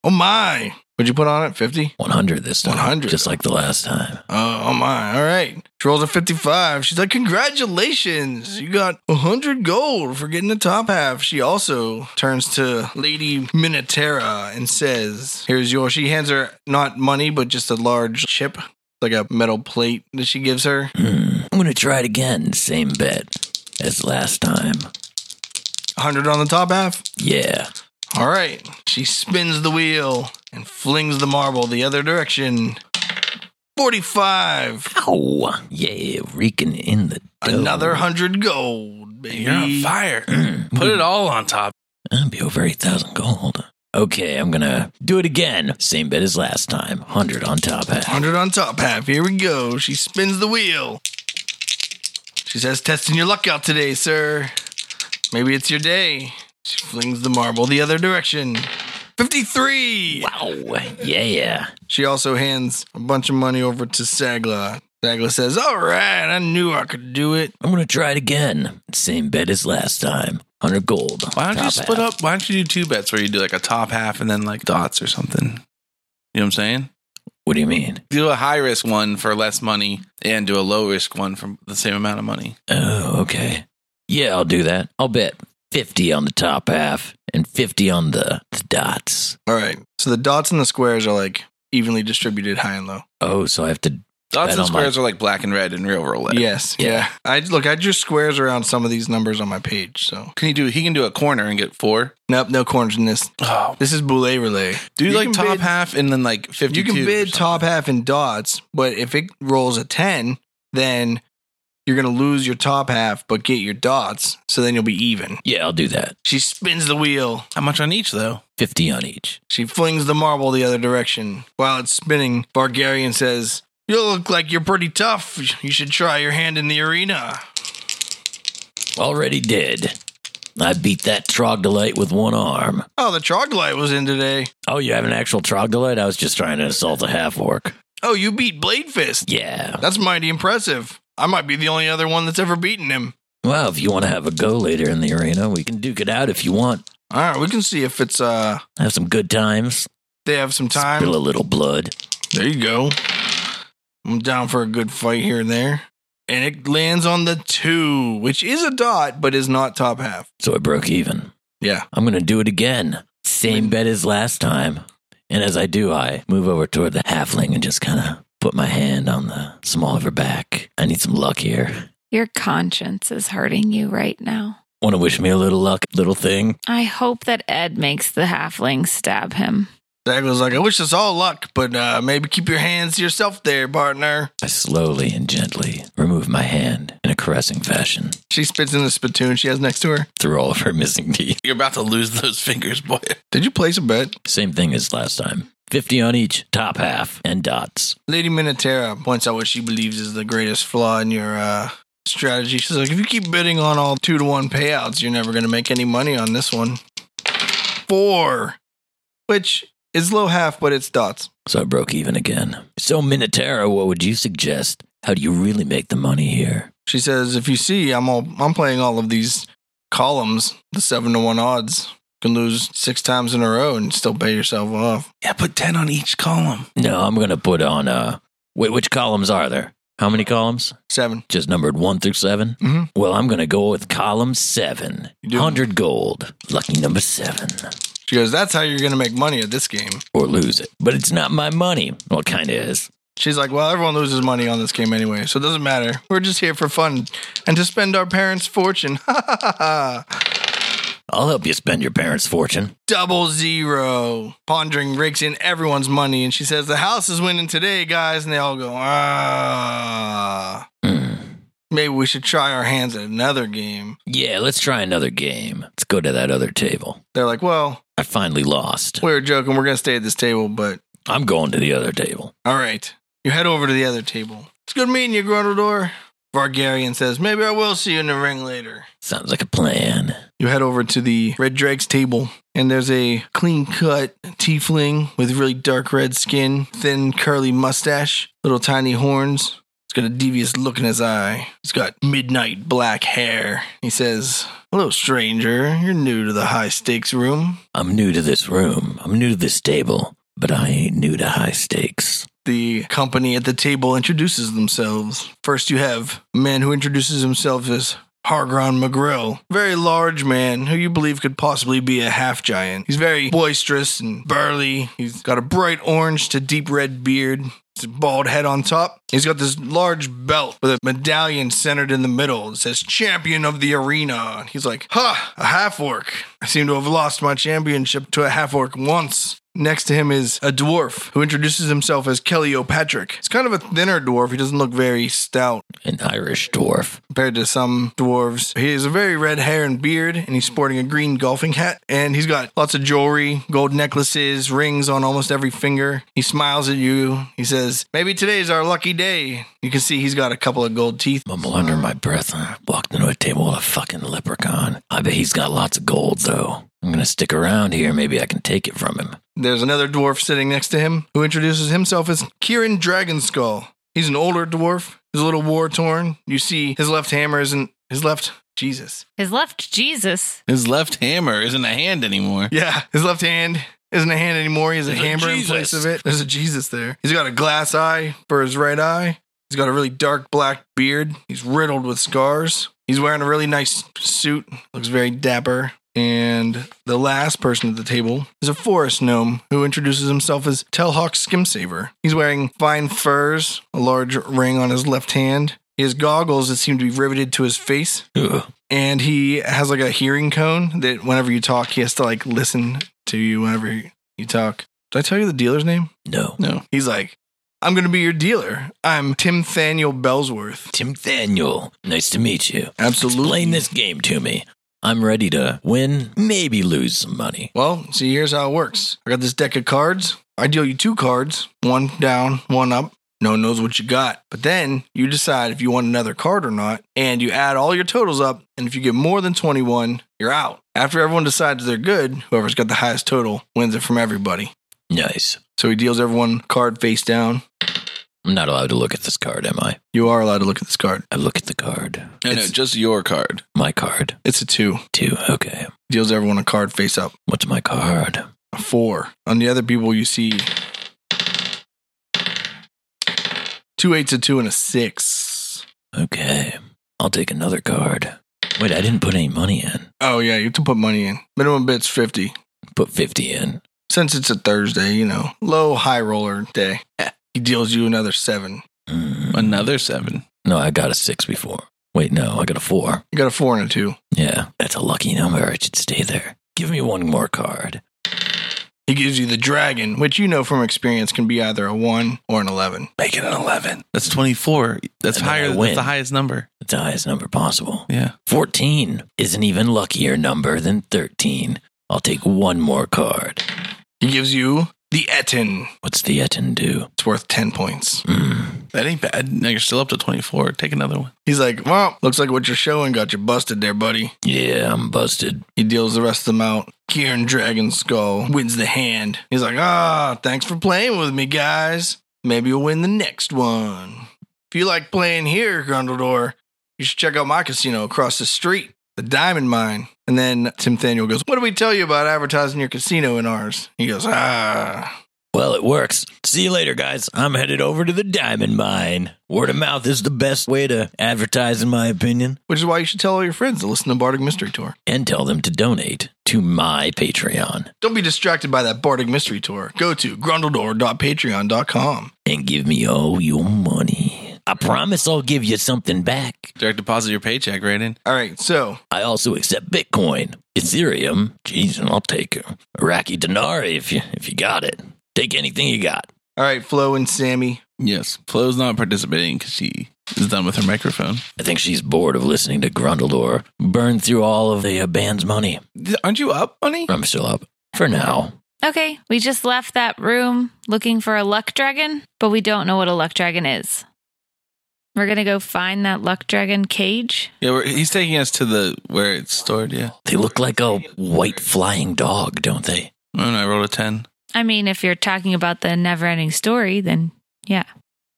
A: Oh my. What'd you put on it? 50?
C: 100 this time.
A: 100.
C: Just like the last time.
A: Oh, oh my. All right. She rolls a 55. She's like, Congratulations. You got 100 gold for getting the top half. She also turns to Lady Minotera and says, Here's your. She hands her not money, but just a large chip, like a metal plate that she gives her.
C: Hmm. I'm going to try it again. Same bet as last time.
A: 100 on the top half.
C: Yeah.
A: All right. She spins the wheel and flings the marble the other direction. 45.
C: Ow. Yeah. Reeking in the dough.
A: Another 100 gold, baby.
B: You're on fire. (clears throat) Put it all on top.
C: That'd be over 8,000 gold. Okay. I'm going to do it again. Same bet as last time. 100 on top half.
A: 100 on top half. Here we go. She spins the wheel. She says, Testing your luck out today, sir. Maybe it's your day. She flings the marble the other direction. 53.
C: Wow. Yeah.
A: She also hands a bunch of money over to Sagla. Sagla says, All right, I knew I could do it.
C: I'm going to try it again. Same bet as last time. 100 gold.
B: Why don't you
C: top
B: split
C: half.
B: up? Why don't you do two bets where you do like a top half and then like dots or something? You know what I'm saying?
C: What do you mean?
B: Do a high risk one for less money and do a low risk one for the same amount of money.
C: Oh, okay. Yeah, I'll do that. I'll bet 50 on the top half and 50 on the, the dots.
A: All right. So the dots and the squares are like evenly distributed high and low.
C: Oh, so I have to.
B: Dots
C: Bet
B: and
C: on
B: squares are like black and red in real roulette.
A: Yes.
C: Yeah.
A: Yeah. I look, I drew squares around some of these numbers on my page. So,
B: Can he do? He can do a corner and get four.
A: nope, no corners in this.
B: Oh,
A: This is Boule Relay.
B: do
A: You
B: like
A: can
B: top
A: bid-
B: half and then like fifty.
A: You can bid top half in dots, but if it rolls a 10, then you're going to lose your top half, but get your dots. So then you'll be even.
C: Yeah, I'll do that.
A: She spins the wheel.
B: How much on each though?
C: 50 on each.
A: She flings the marble the other direction. While it's spinning, Bargarian says, You look like you're pretty tough. You should try your hand in the arena.
C: Already did. I beat that troglodyte with one arm.
A: Oh, the troglodyte was in today.
C: Oh, you have an actual troglodyte? I was just trying to assault a half orc.
A: Oh, you beat Blade Fist.
C: Yeah.
A: That's mighty impressive. I might be the only other one that's ever beaten him.
C: Well, if you want to have a go later in the arena, we can duke it out if you want.
A: All right, we can see if it's uh
C: Have some good times.
A: they have some time.
C: Spill a little blood.
A: There you go. I'm down for a good fight here and there. And it lands on the two, which is a dot, but is not top half.
C: So I broke even.
A: Yeah.
C: I'm going to do it again. Same bet as last time. And as I do, I move over toward the halfling and just kind of put my hand on the small of her back. I need some luck here.
D: Your conscience is hurting you right now.
C: Want to wish me a little luck, little thing?
D: I hope that Ed makes the halfling stab him.
A: Zago's like, I wish us all luck, but uh, maybe keep your hands to yourself there, partner.
C: I slowly and gently remove my hand in a caressing fashion
A: She spits in the spittoon she has next to her.
C: through all of her missing teeth.
B: You're about to lose those (laughs) fingers, boy.
A: Did you place a bet?
C: Same thing as last time 50 on each, top half, and dots.
A: Lady Minotera points out what she believes is the greatest flaw in your uh, strategy. She's like, if you keep bidding on all two to one payouts, you're never going to make any money on this one. Four, which is low half, but it's dots.
C: So I broke even again. So, Minotero, what would you suggest? How do you really make the money here?
A: She says, if you see, I'm all I'm playing all of these columns, the seven to one odds. You can lose six times in a row and still pay yourself off.
B: Yeah, put 10 on each column.
C: No, I'm going to put on, uh, wait, which columns are there? How many columns?
A: Seven.
C: Just numbered one through 7
A: Mhm.
C: Well, I'm going to go with column seven.
A: You do.
C: 100 gold. Lucky number seven.
A: She goes, that's how you're going to make money at this game.
C: Or lose it. But it's not my money. Well, it kind of is.
A: She's like, well, everyone loses money on this game anyway, so it doesn't matter. We're just here for fun and to spend our parents' fortune. (laughs) Ha ha ha ha.
C: I'll help you spend your parents' fortune.
A: double zero. Pondering rakes in everyone's money, and she says, The house is winning today, guys. And they all go, Ah.
C: Hmm.
A: Maybe we should try our hands at another game.
C: Yeah, let's try another game. Let's go to that other table.
A: They're like, Well,
C: I finally lost.
A: we were joking. We're going to stay at this table, but
C: I'm going to the other table.
A: all right. You head over to the other table. It's good meeting you, Grundledor. Vargarian says, Maybe I will see you in the ring later.
C: Sounds like a plan.
A: You head over to the Red Drake's table, and there's a clean cut tiefling with really dark red skin, thin curly mustache, little tiny horns. He's got a devious look in his eye. He's got midnight black hair. He says, Hello, stranger. You're new to the high stakes room.
C: I'm new to this room. I'm new to this table, but I ain't new to high stakes.
A: The company at the table introduces themselves. First, you have a man who introduces himself as Hargron McGrill. Very large man who you believe could possibly be a half giant. He's very boisterous and burly. He's got a bright orange to deep red beard. It's a bald head on top. He's got this large belt with a medallion centered in the middle. It says champion of the arena. And he's like, ha, a half orc. I seem to have lost my championship to a half orc once. Next to him is a dwarf who introduces himself as Kelly O'Patrick. He's kind of a thinner dwarf. He doesn't look very stout
C: An Irish dwarf.
A: compared to some dwarves. He has a very red hair and beard, and he's sporting a green golfing hat. And he's got lots of jewelry, gold necklaces, rings on almost every finger. He smiles at you. He says, Maybe today's our lucky day. You can see he's got a couple of gold teeth.
C: Mumble under my breath. I walked into a table with a fucking leprechaun. I bet he's got lots of gold, though. I'm gonna stick around here. Maybe I can take it from him.
A: There's another dwarf sitting next to him who introduces himself as Kieran Dragonskull. He's an older dwarf. He's a little war torn. You see his left hammer isn't his left. Jesus.
D: His left Jesus.
B: His left hammer isn't a hand anymore.
A: Yeah, his left hand isn't a hand anymore. He has a
B: There's a
A: hammer in
B: Jesus.
A: place of it. There's a Jesus there. He's got a glass eye for his right eye. He's got a really dark black beard. He's riddled with scars. He's wearing a really nice suit. Looks very dapper. And the last person at the table is a forest gnome who introduces himself as Telhawk Skimsaver. He's wearing fine furs, a large ring on his left hand. He has goggles that seem to be riveted to his face
C: Ugh.
A: and he has like a hearing cone that whenever you talk, he has to like listen to you whenever you talk. Did I tell you the dealer's name?
C: No.
B: No.
A: He's like, I'm gonna be your dealer. I'm Tim Thaniel Bellsworth.
C: Tim Daniel, nice to meet you.
A: Absolutely.
C: Explain this game to me. I'm ready to win, maybe lose some money.
A: Well, see, here's how it works. I got this deck of cards. I deal you two cards, one down, one up. No one knows what you got. But then you decide if you want another card or not, and you add all your totals up. And if you get more than 21, you're out. After everyone decides they're good, whoever's got the highest total wins it from everybody.
C: Nice.
A: So he deals everyone card face down.
C: I'm not allowed to look at this card, am I?
A: You are allowed to look at this card.
C: I look at the card.
B: No, no,
A: It's-
B: just your card.
C: My card,
A: It's a two.
C: too. Okay.
A: Deals everyone a card face up.
C: What's my card?
A: A four. On the other people, you see two eights, a two, and a six.
C: Okay. I'll take another card. Wait, I didn't put any money in.
A: Oh, yeah, you have to put money in. Minimum bit's 50.
C: Put 50 in.
A: Since it's a Thursday, you know, low high roller day. (laughs) He deals you another seven.
C: Mm.
B: Another seven.
C: No, I got a six before. Wait, no, I got a four.
A: You got a four and a two.
C: Yeah, that's a lucky number. It should stay there. Give me one more card.
A: He gives you the dragon, which you know from experience can be either a one or an eleven.
B: Make it an eleven. That's twenty four. That's
C: And then I
B: higher.
C: win.
B: That's the highest number.
C: It's the highest number possible.
B: Yeah.
C: 14 is an even luckier number than 13. I'll take one more card.
A: He gives you the Etin.
C: What's the Etin do?
A: It's worth ten points.
C: Mm.
B: That ain't bad. Now you're still up to twenty four. Take another one.
A: He's like, Well, looks like what you're showing got you busted there, buddy.
C: Yeah, I'm busted.
A: He deals the rest of them out. Kieran Dragon Skull wins the hand. He's like, ah, thanks for playing with me, guys. Maybe you'll win the next one. If you like playing here, Grundledor, you should check out my casino across the street, the Diamond Mine. And then Tim Thaniel goes, What did we tell you about advertising your casino in ours? He goes, Ah.
C: Well, it works. See you later, guys. I'm headed over to the diamond mine. Word of mouth is the best way to advertise, in my opinion,
A: Which is why you should tell all your friends to listen to Bardic Mystery Tour.
C: and tell them to donate to my Patreon
A: Don't be distracted by that Bardic Mystery Tour. Go to grundledor.patreon.com.
C: and give me all your money. I promise I'll give you something back.
B: Direct deposit your paycheck right in.
A: All right, so
C: I also accept Bitcoin, Ethereum. Jeez, and I'll take a Iraqi denari if you if you got it. Take anything you got.
A: all right, Flo and Sammy,
B: Yes. Flo's not participating because she is done with her microphone.
C: I think she's bored of listening to Grundledor burn through all of the uh, band's money.
B: Th- Aren't you up, honey?
C: I'm still up for now.
D: Okay, we just left that room looking for a luck dragon, but we don't know what a luck dragon is. We're gonna go find that luck dragon cage.
B: Yeah. We're, he's taking us to the where it's stored. Yeah.
C: They look like a white flying dog, don't they?
B: Oh, no, I rolled a ten.
D: I mean, if you're talking about the never ending story, then yeah.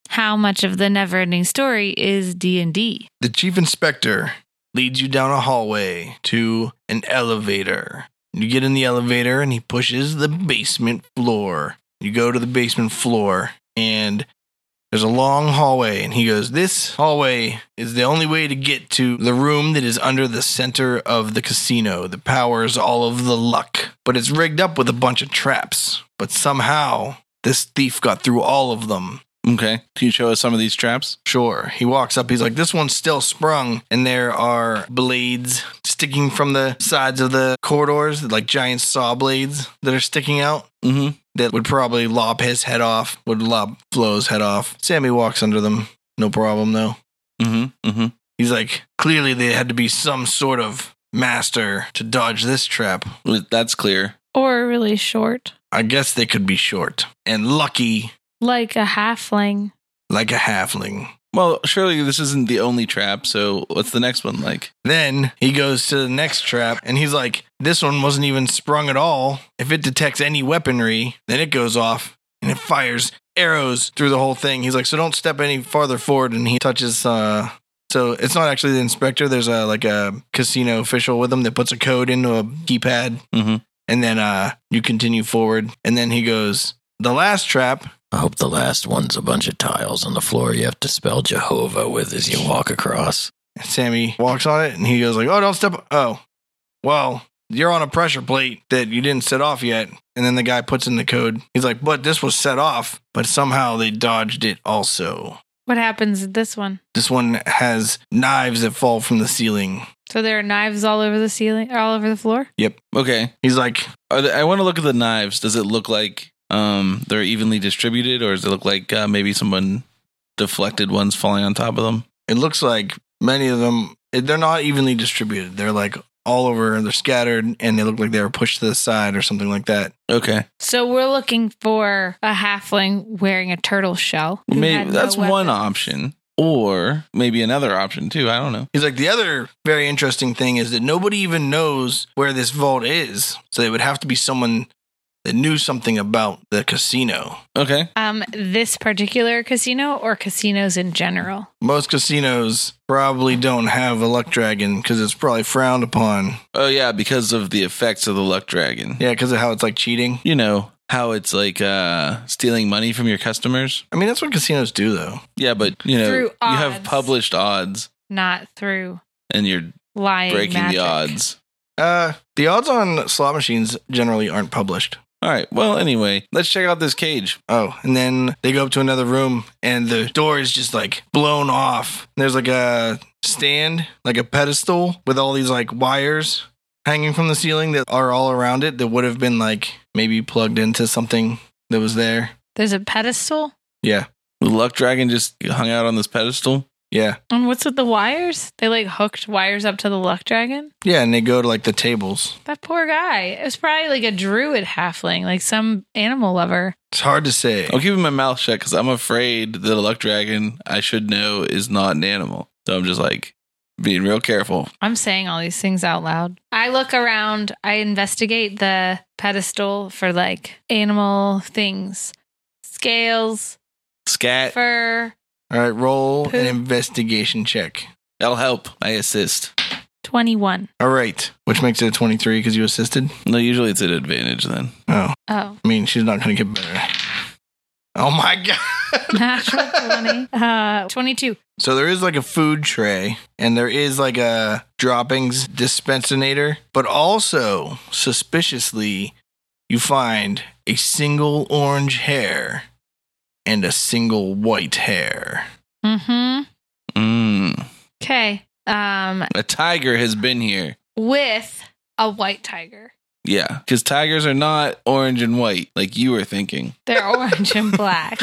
D: How much of the never ending story is D and D?
A: The chief inspector leads you down a hallway to an elevator. You get in the elevator and he pushes the basement floor. You go to the basement floor and there's a long hallway and he goes, "This hallway is the only way to get to the room that is under the center of the casino that powers all of the luck, but it's rigged up with a bunch of traps. But somehow this thief got through all of them
B: Okay. Can you show us some of these traps?
A: Sure. He walks up. He's like, this one's still sprung, and there are blades sticking from the sides of the corridors, like giant saw blades that are sticking out.
B: Mm-hmm.
A: That would probably lop his head off, would lop Flo's head off. Sammy walks under them. No problem, though.
B: Mm-hmm. Mm-hmm.
A: He's like, clearly there had to be some sort of master to dodge this trap.
B: Well, That's clear.
D: Or really short,
A: I guess they could be short and lucky
D: like a halfling.
A: like a halfling.
B: Well, surely this isn't the only trap. So what's the next one like?
A: Then he goes to the next trap and he's like, This one wasn't even sprung at all. If it detects any weaponry, then it goes off and it fires arrows through the whole thing. He's like, So don't step any farther forward. And he touches, uh, so it's not actually the inspector. There's a like a casino official with him that puts a code into a keypad
B: Mm-hmm.
A: and then uh you continue forward. And then he goes, The last trap
C: I hope the last one's a bunch of tiles on the floor you have to spell Jehovah with as you walk across.
A: Sammy walks on it and he goes like, "Oh, don't step." Oh, well, you're on a pressure plate that you didn't set off yet. And then the guy puts in the code. He's like, "But this was set off, but somehow they dodged it also."
D: What happens at this one?
A: This one has knives that fall from the ceiling.
D: So there are knives all over the ceiling, all over the floor.
B: Okay.
A: He's like,
B: Are the I want to look at the knives. Does it look like um they're evenly distributed, or does it look like uh, maybe someone deflected ones falling on top of them?
A: "It looks like many of them. They're not evenly distributed. They're like all over. They're scattered, and they look like they were pushed to the side or something like that."
B: Okay.
D: So we're looking for a halfling wearing a turtle shell. who had
B: Maybe
D: no
B: that's one
D: weapons.
B: option, or maybe another option too. I don't know.
A: He's like, the other very interesting thing is that nobody even knows where this vault is. So it would have to be someone that knew something about the casino.
B: Okay.
D: Um, this particular casino or casinos in general.
A: Most casinos probably don't have a luck dragon because it's probably frowned upon.
B: Oh yeah, because of the effects of the luck dragon.
A: Yeah, because of how it's like cheating.
B: You know how it's like uh stealing money from your customers.
A: I mean, that's what casinos do, though.
B: Yeah, but you know
D: Through
B: you have
D: odds.
B: published odds,
D: not through
B: and you're
D: lying
B: breaking
D: magic.
B: the odds.
A: Uh, the odds on slot machines generally aren't published.
B: All right. Well, anyway, let's check out this cage.
A: Oh, and then they go up to another room, and the door is just like blown off. There's like a stand, like a pedestal with all these like wires hanging from the ceiling that are all around it that would have been like maybe plugged into something that was there.
D: There's a pedestal.
A: Yeah.
B: The luck dragon just hung out on this pedestal.
A: Yeah.
D: And what's with the wires? They like hooked wires up to the luck dragon.
A: Yeah. And they go to like the tables.
D: That poor guy. It was probably like a druid halfling, like some animal lover.
A: It's hard to say.
B: I'm keeping my mouth shut because I'm afraid that a luck dragon, I should know, is not an animal. So I'm just like being real careful.
D: I'm saying all these things out loud. I look around, I investigate the pedestal for like animal things scales,
B: Scat.
D: fur,
A: All right. Roll
D: Poop.
A: an investigation check.
B: I'll help. I assist.
D: 21.
A: All right. Which makes it a 23 because you assisted.
B: No, usually it's an advantage then.
A: Oh,
D: Oh,
A: I mean, she's not going to get better. Oh my (laughs) God.
D: natural 20. Uh, 22.
A: So there is like a food tray and there is like a droppings dispensinator, but also suspiciously, you find a single orange hair and a single white hair.
D: Mm-hmm.
B: Mm.
D: Okay. Um,
B: A tiger has been here.
D: with a white tiger.
B: Yeah. Because tigers are not orange and white like you
D: (laughs)
B: were thinking.
D: They're orange and black.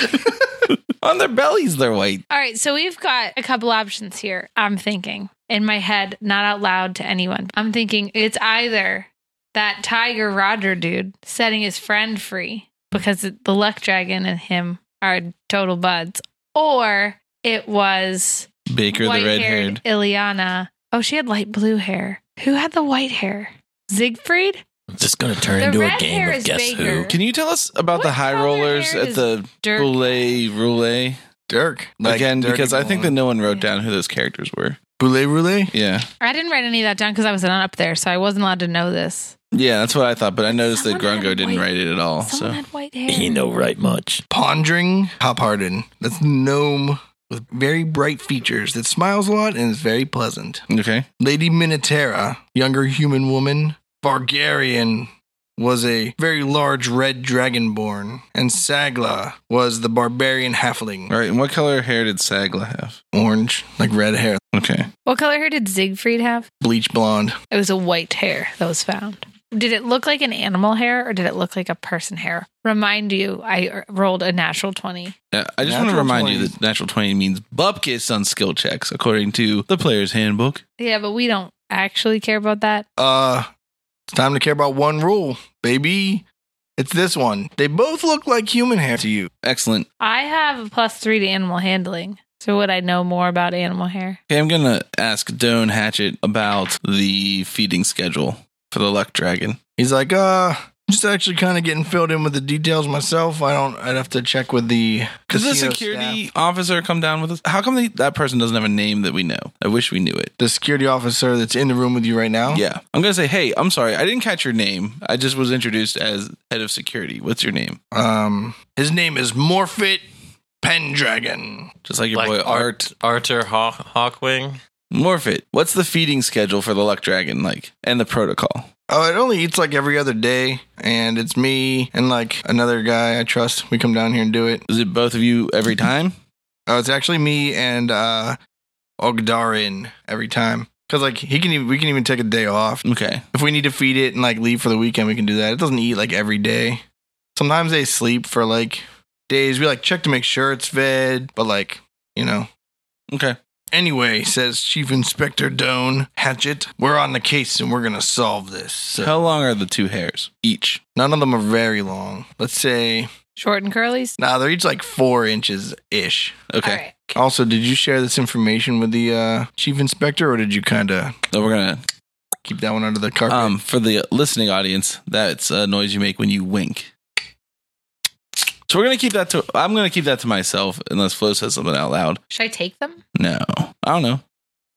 B: On their bellies, they're white.
D: All right, so we've got a couple options here. I'm thinking in my head, not out loud to anyone. I'm thinking it's either that Tiger Roger dude setting his friend free because the Luck Dragon and him are total buds, or it was
B: Baker the red haired.
D: Ileana. Oh, she had light blue hair. Who had the white hair? Siegfried?
C: It's just going to turn
D: The
C: into a
D: red
C: game
D: hair
C: of
D: is
C: guess who.
D: Baker.
B: Can you tell us about
D: What
B: the high
D: color
B: rollers
D: hair
B: at
D: is
B: the
D: Dirk.
B: Boule Roulette?
A: Dirk.
B: Again, because I think that no one wrote down who those characters were.
A: Boule roulette?
B: Yeah.
D: I didn't write any of that down because I was not up there, so I wasn't allowed to know this.
B: Yeah, that's what I thought, but I noticed that
D: Someone
B: Grungo
D: had
B: didn't
D: white-
B: write it at all.
D: Someone
B: So
D: had
B: (laughs)
D: white hair.
C: You know right much.
A: Pondering Hop Harden. That's gnome with very bright features that smiles a lot and is very pleasant.
B: okay,
A: Lady Minotera, younger human woman, Bargarian, was a very large red dragonborn, and Sagla was the barbarian halfling.
B: all right. And what color hair did Sagla have?
A: Orange, like red hair,
B: Okay,
D: What color hair did Siegfried have?
A: bleach blonde.
D: It was a white hair that was found. Did it look like an animal hair or did it look like a person hair? Remind you, I r- rolled a natural 20.
B: Uh, I just want to
A: Natural
B: remind
A: 20.
B: you that natural twenty means bupkis on skill checks, according to the player's handbook.
D: Yeah, but we don't actually care about that.
A: Uh, it's time to care about one rule, baby. It's this one. They both look like human hair to you.
B: Excellent.
D: I have a plus three to animal handling. So would I know more about animal hair?
B: Okay, I'm gonna ask Doan Hatchet about the feeding schedule for the Luck Dragon.
A: He's like, uh, I'm just actually kind of getting filled in with the details myself. I don't. I'd have to check with the
B: Does the
A: casino
B: security
A: staff.
B: officer come down with us? How come they, that person doesn't have a name that we know? I wish we knew it.
A: the security officer that's in the room with you right now.
B: Yeah. I'm going to say, hey, I'm sorry. I didn't catch your name. I just was introduced as head of security. What's your name?
A: Um, his name is Morphit Pendragon.
B: Just like your
G: Like
B: boy Art.
G: Art Arthur Haw- Hawkwing.
B: Morphit, what's the feeding schedule for the Luck Dragon like and the protocol?
A: Oh, it only eats like every other day, and it's me and like another guy I trust. We come down here and do it.
B: Is it both of you
A: (laughs)
B: every time?
A: Oh, it's actually me and uh Ogdarin every time. Cause like he can, even, we can even take a day off
B: Okay.
A: if we need to feed it and like leave for the weekend. We can do that. It doesn't eat like every day. Sometimes they sleep for like days. We like check to make sure it's fed, but like you know,
B: Okay.
A: Anyway, says Chief Inspector Doan Hatchet, we're on the case and we're going to solve this. So
B: How long are the two hairs each?
A: none of them are very long. Let's say,
D: Short and curlies?
A: nah, they're each like four inches ish.
B: Okay.
D: All right.
A: Also, did you share this information with the uh, Chief Inspector or did you kind of
B: So we're going to,
A: keep that one under the carpet?
B: um, for the listening audience, that's a noise you make when you wink. So we're going to keep that to, I'm going to keep that to myself unless Flo says something out loud.
D: Should I take them?
B: No. I don't know.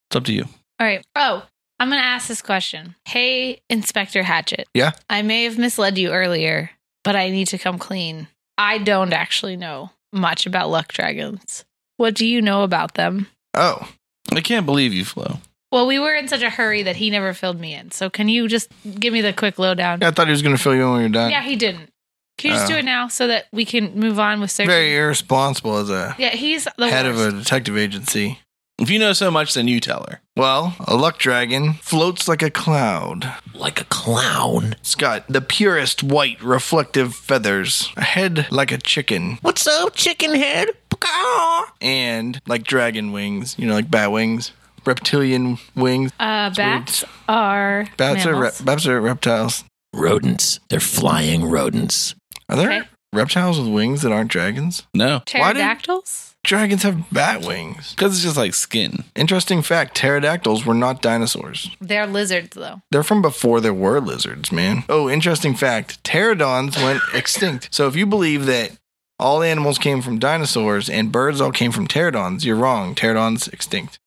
B: It's up to you.
D: All right. Oh, I'm going to ask this question. Hey, Inspector Hatchet.
A: Yeah?
D: I may have misled you earlier, but I need to come clean. I don't actually know much about luck dragons. What do you know about them?
A: oh,
B: I can't believe you, Flo.
D: Well, we were in such a hurry that he never filled me in. So can you just give me the quick lowdown?
A: yeah, I thought he was going to fill you in when you're done.
D: Yeah, he didn't. Can you just
A: Uh,
D: do it now so that we can move on with social?
A: Very irresponsible as a
D: yeah, he's the
A: head
D: worst.
A: of a detective agency.
B: If you know so much, then you tell her.
A: Well, a luck dragon floats like a cloud.
C: Like a clown.
A: It's got the purest white reflective feathers, a head like a chicken,
C: What's up, chicken head? Pecaw.
A: and like dragon wings, you know, like bat wings, reptilian wings.
D: Uh, bats are
A: Bats are, re-
D: mammals.
A: bats are reptiles.
C: Rodents. They're flying rodents.
A: Are there
D: Okay.
A: reptiles with wings that aren't dragons?
B: No,
A: Why did-
D: pterodactyls.
A: Dragons have bat wings.
B: because it's just like skin.
A: Interesting fact pterodactyls were not dinosaurs.
D: They're lizards though.
A: They're from before there were lizards, man. Oh, interesting fact. Pterodons
D: (laughs)
A: went extinct. So if you believe that all animals came from dinosaurs and birds all came from pterodons, you're wrong. Pterodons extinct.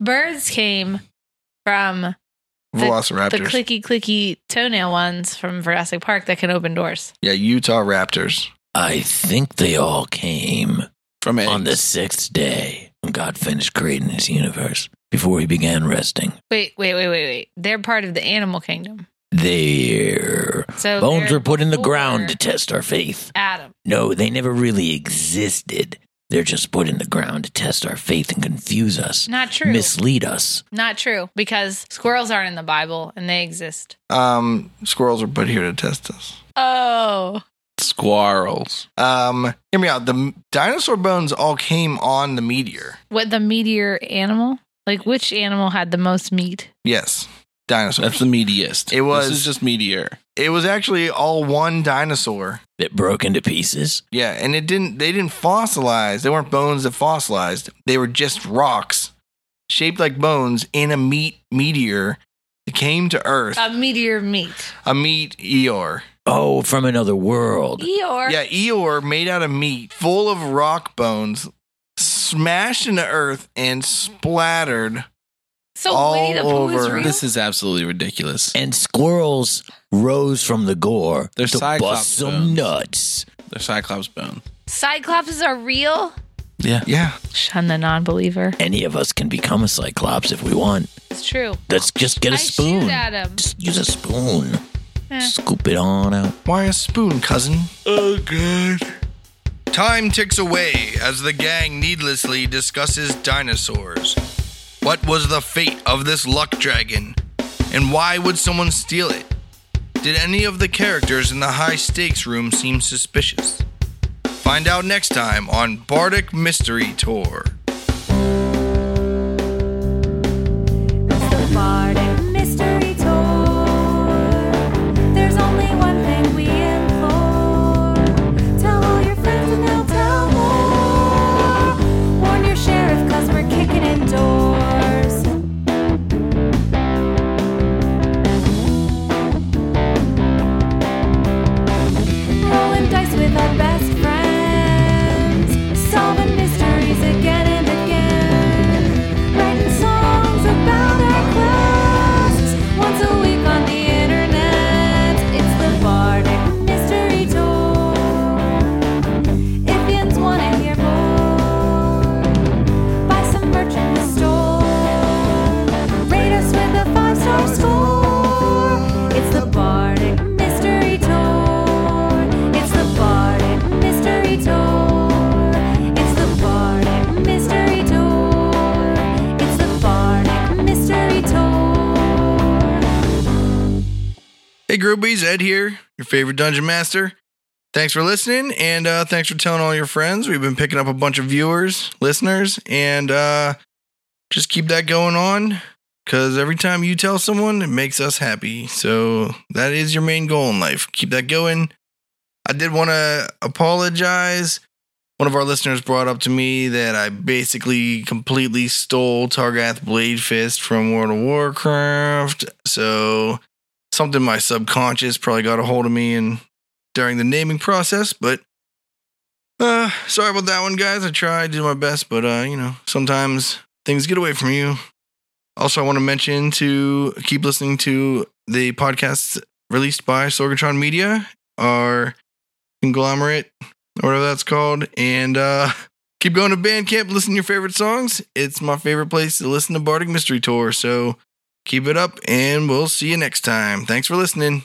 D: Birds came from The-
A: Velociraptors.
D: the clicky clicky toenail ones from Jurassic Park that can open doors.
A: yeah, Utah raptors.
C: I think they all came
B: From eggs.
C: on the sixth day when God finished creating this universe before he began resting.
D: Wait, wait, wait, wait, wait. They're part of the animal kingdom.
C: Their
D: So
C: bones
D: they're
C: were put in the
D: before
C: ground to test our faith.
D: Adam.
C: No, they never really existed. They're just put in the ground to test our faith and confuse us,
D: Not true.
C: mislead us.
D: Not true because squirrels aren't in the Bible and they exist.
A: Um, squirrels are put here to test us.
D: Oh,
B: squirrels.
A: Um, hear me out. The m- dinosaur bones all came on the meteor.
D: what the meteor animal? Like which animal had the most meat?
A: Yes, dinosaurs.
B: That's the meatiest.
A: It was-
B: This is
A: (laughs)
B: just meteor.
A: it was actually all one dinosaur.
C: That broke into pieces.
A: Yeah, and it didn't they didn't fossilize. They weren't bones that fossilized. They were just rocks shaped like bones in a meat meteor that came to Earth.
D: A meteor meat.
A: a meat Eeyore.
C: Oh, from another world.
D: Eeyore.
A: Yeah, Eeyore made out of meat, full of rock bones, smashed into Earth and splattered.
D: so
A: all
D: Winnie the Pooh is
A: over.
D: real.
B: This is absolutely ridiculous.
C: And squirrels rose from the gore
B: They're
C: to
B: cyclops
C: bust some
B: bones.
C: nuts.
B: They're cyclops bone.
D: Cyclopses are real.
B: Yeah.
A: Yeah.
D: Shun the non-believer.
C: Any of us can become a cyclops if we want.
D: It's true.
C: Let's just get a
D: I
C: spoon.
D: shoot at him.
C: Just use a spoon.
D: Eh.
C: Scoop it on out.
A: Why a spoon, cousin?
B: Oh god.
A: Time ticks away as the gang needlessly discusses dinosaurs. What was the fate of this luck dragon? And why would someone steal it? Did any of the characters in the high stakes room seem suspicious? Find out next time on Bardic Mystery Tour.
E: It's the Bardic Mystery Tour. There's only one thing we implore. Tell all your friends and they'll tell more. Warn your sheriff cause we're kicking in doors. Rolling dice with our best friends. Solving mysteries again and again. Writing songs about our quests. Once a week on the internet. It's the Bardic Mystery Tour. If yins wanna hear more, buy some merch in the store. Rate us with a five star score. It's the Bardic Mystery Tour. It's the Bardic Mystery Tour. It's the Bardic Mystery Tour. It's the Bardic Mystery Tour.
A: Hey, Groupies, Ed here, your favorite dungeon master. Thanks for listening, and uh, thanks for telling all your friends. We've been picking up a bunch of viewers, listeners, and uh, just keep that going on because every time you tell someone, it makes us happy. So that is your main goal in life. Keep that going. I did want to apologize. One of our listeners brought up to me that I basically completely stole Targath Blade Fist from World of Warcraft. So something my subconscious probably got a hold of me and during the naming process, but uh sorry about that one guys. I tried to do my best, but uh, you know, sometimes things get away from you. Also, I want to mention to keep listening to the podcasts released by Sorgatron Media, our conglomerate, or whatever that's called, and uh keep going to Bandcamp, listen to your favorite songs. It's my favorite place to listen to Bardic Mystery Tour, so Keep it up, and we'll see you next time. Thanks for listening.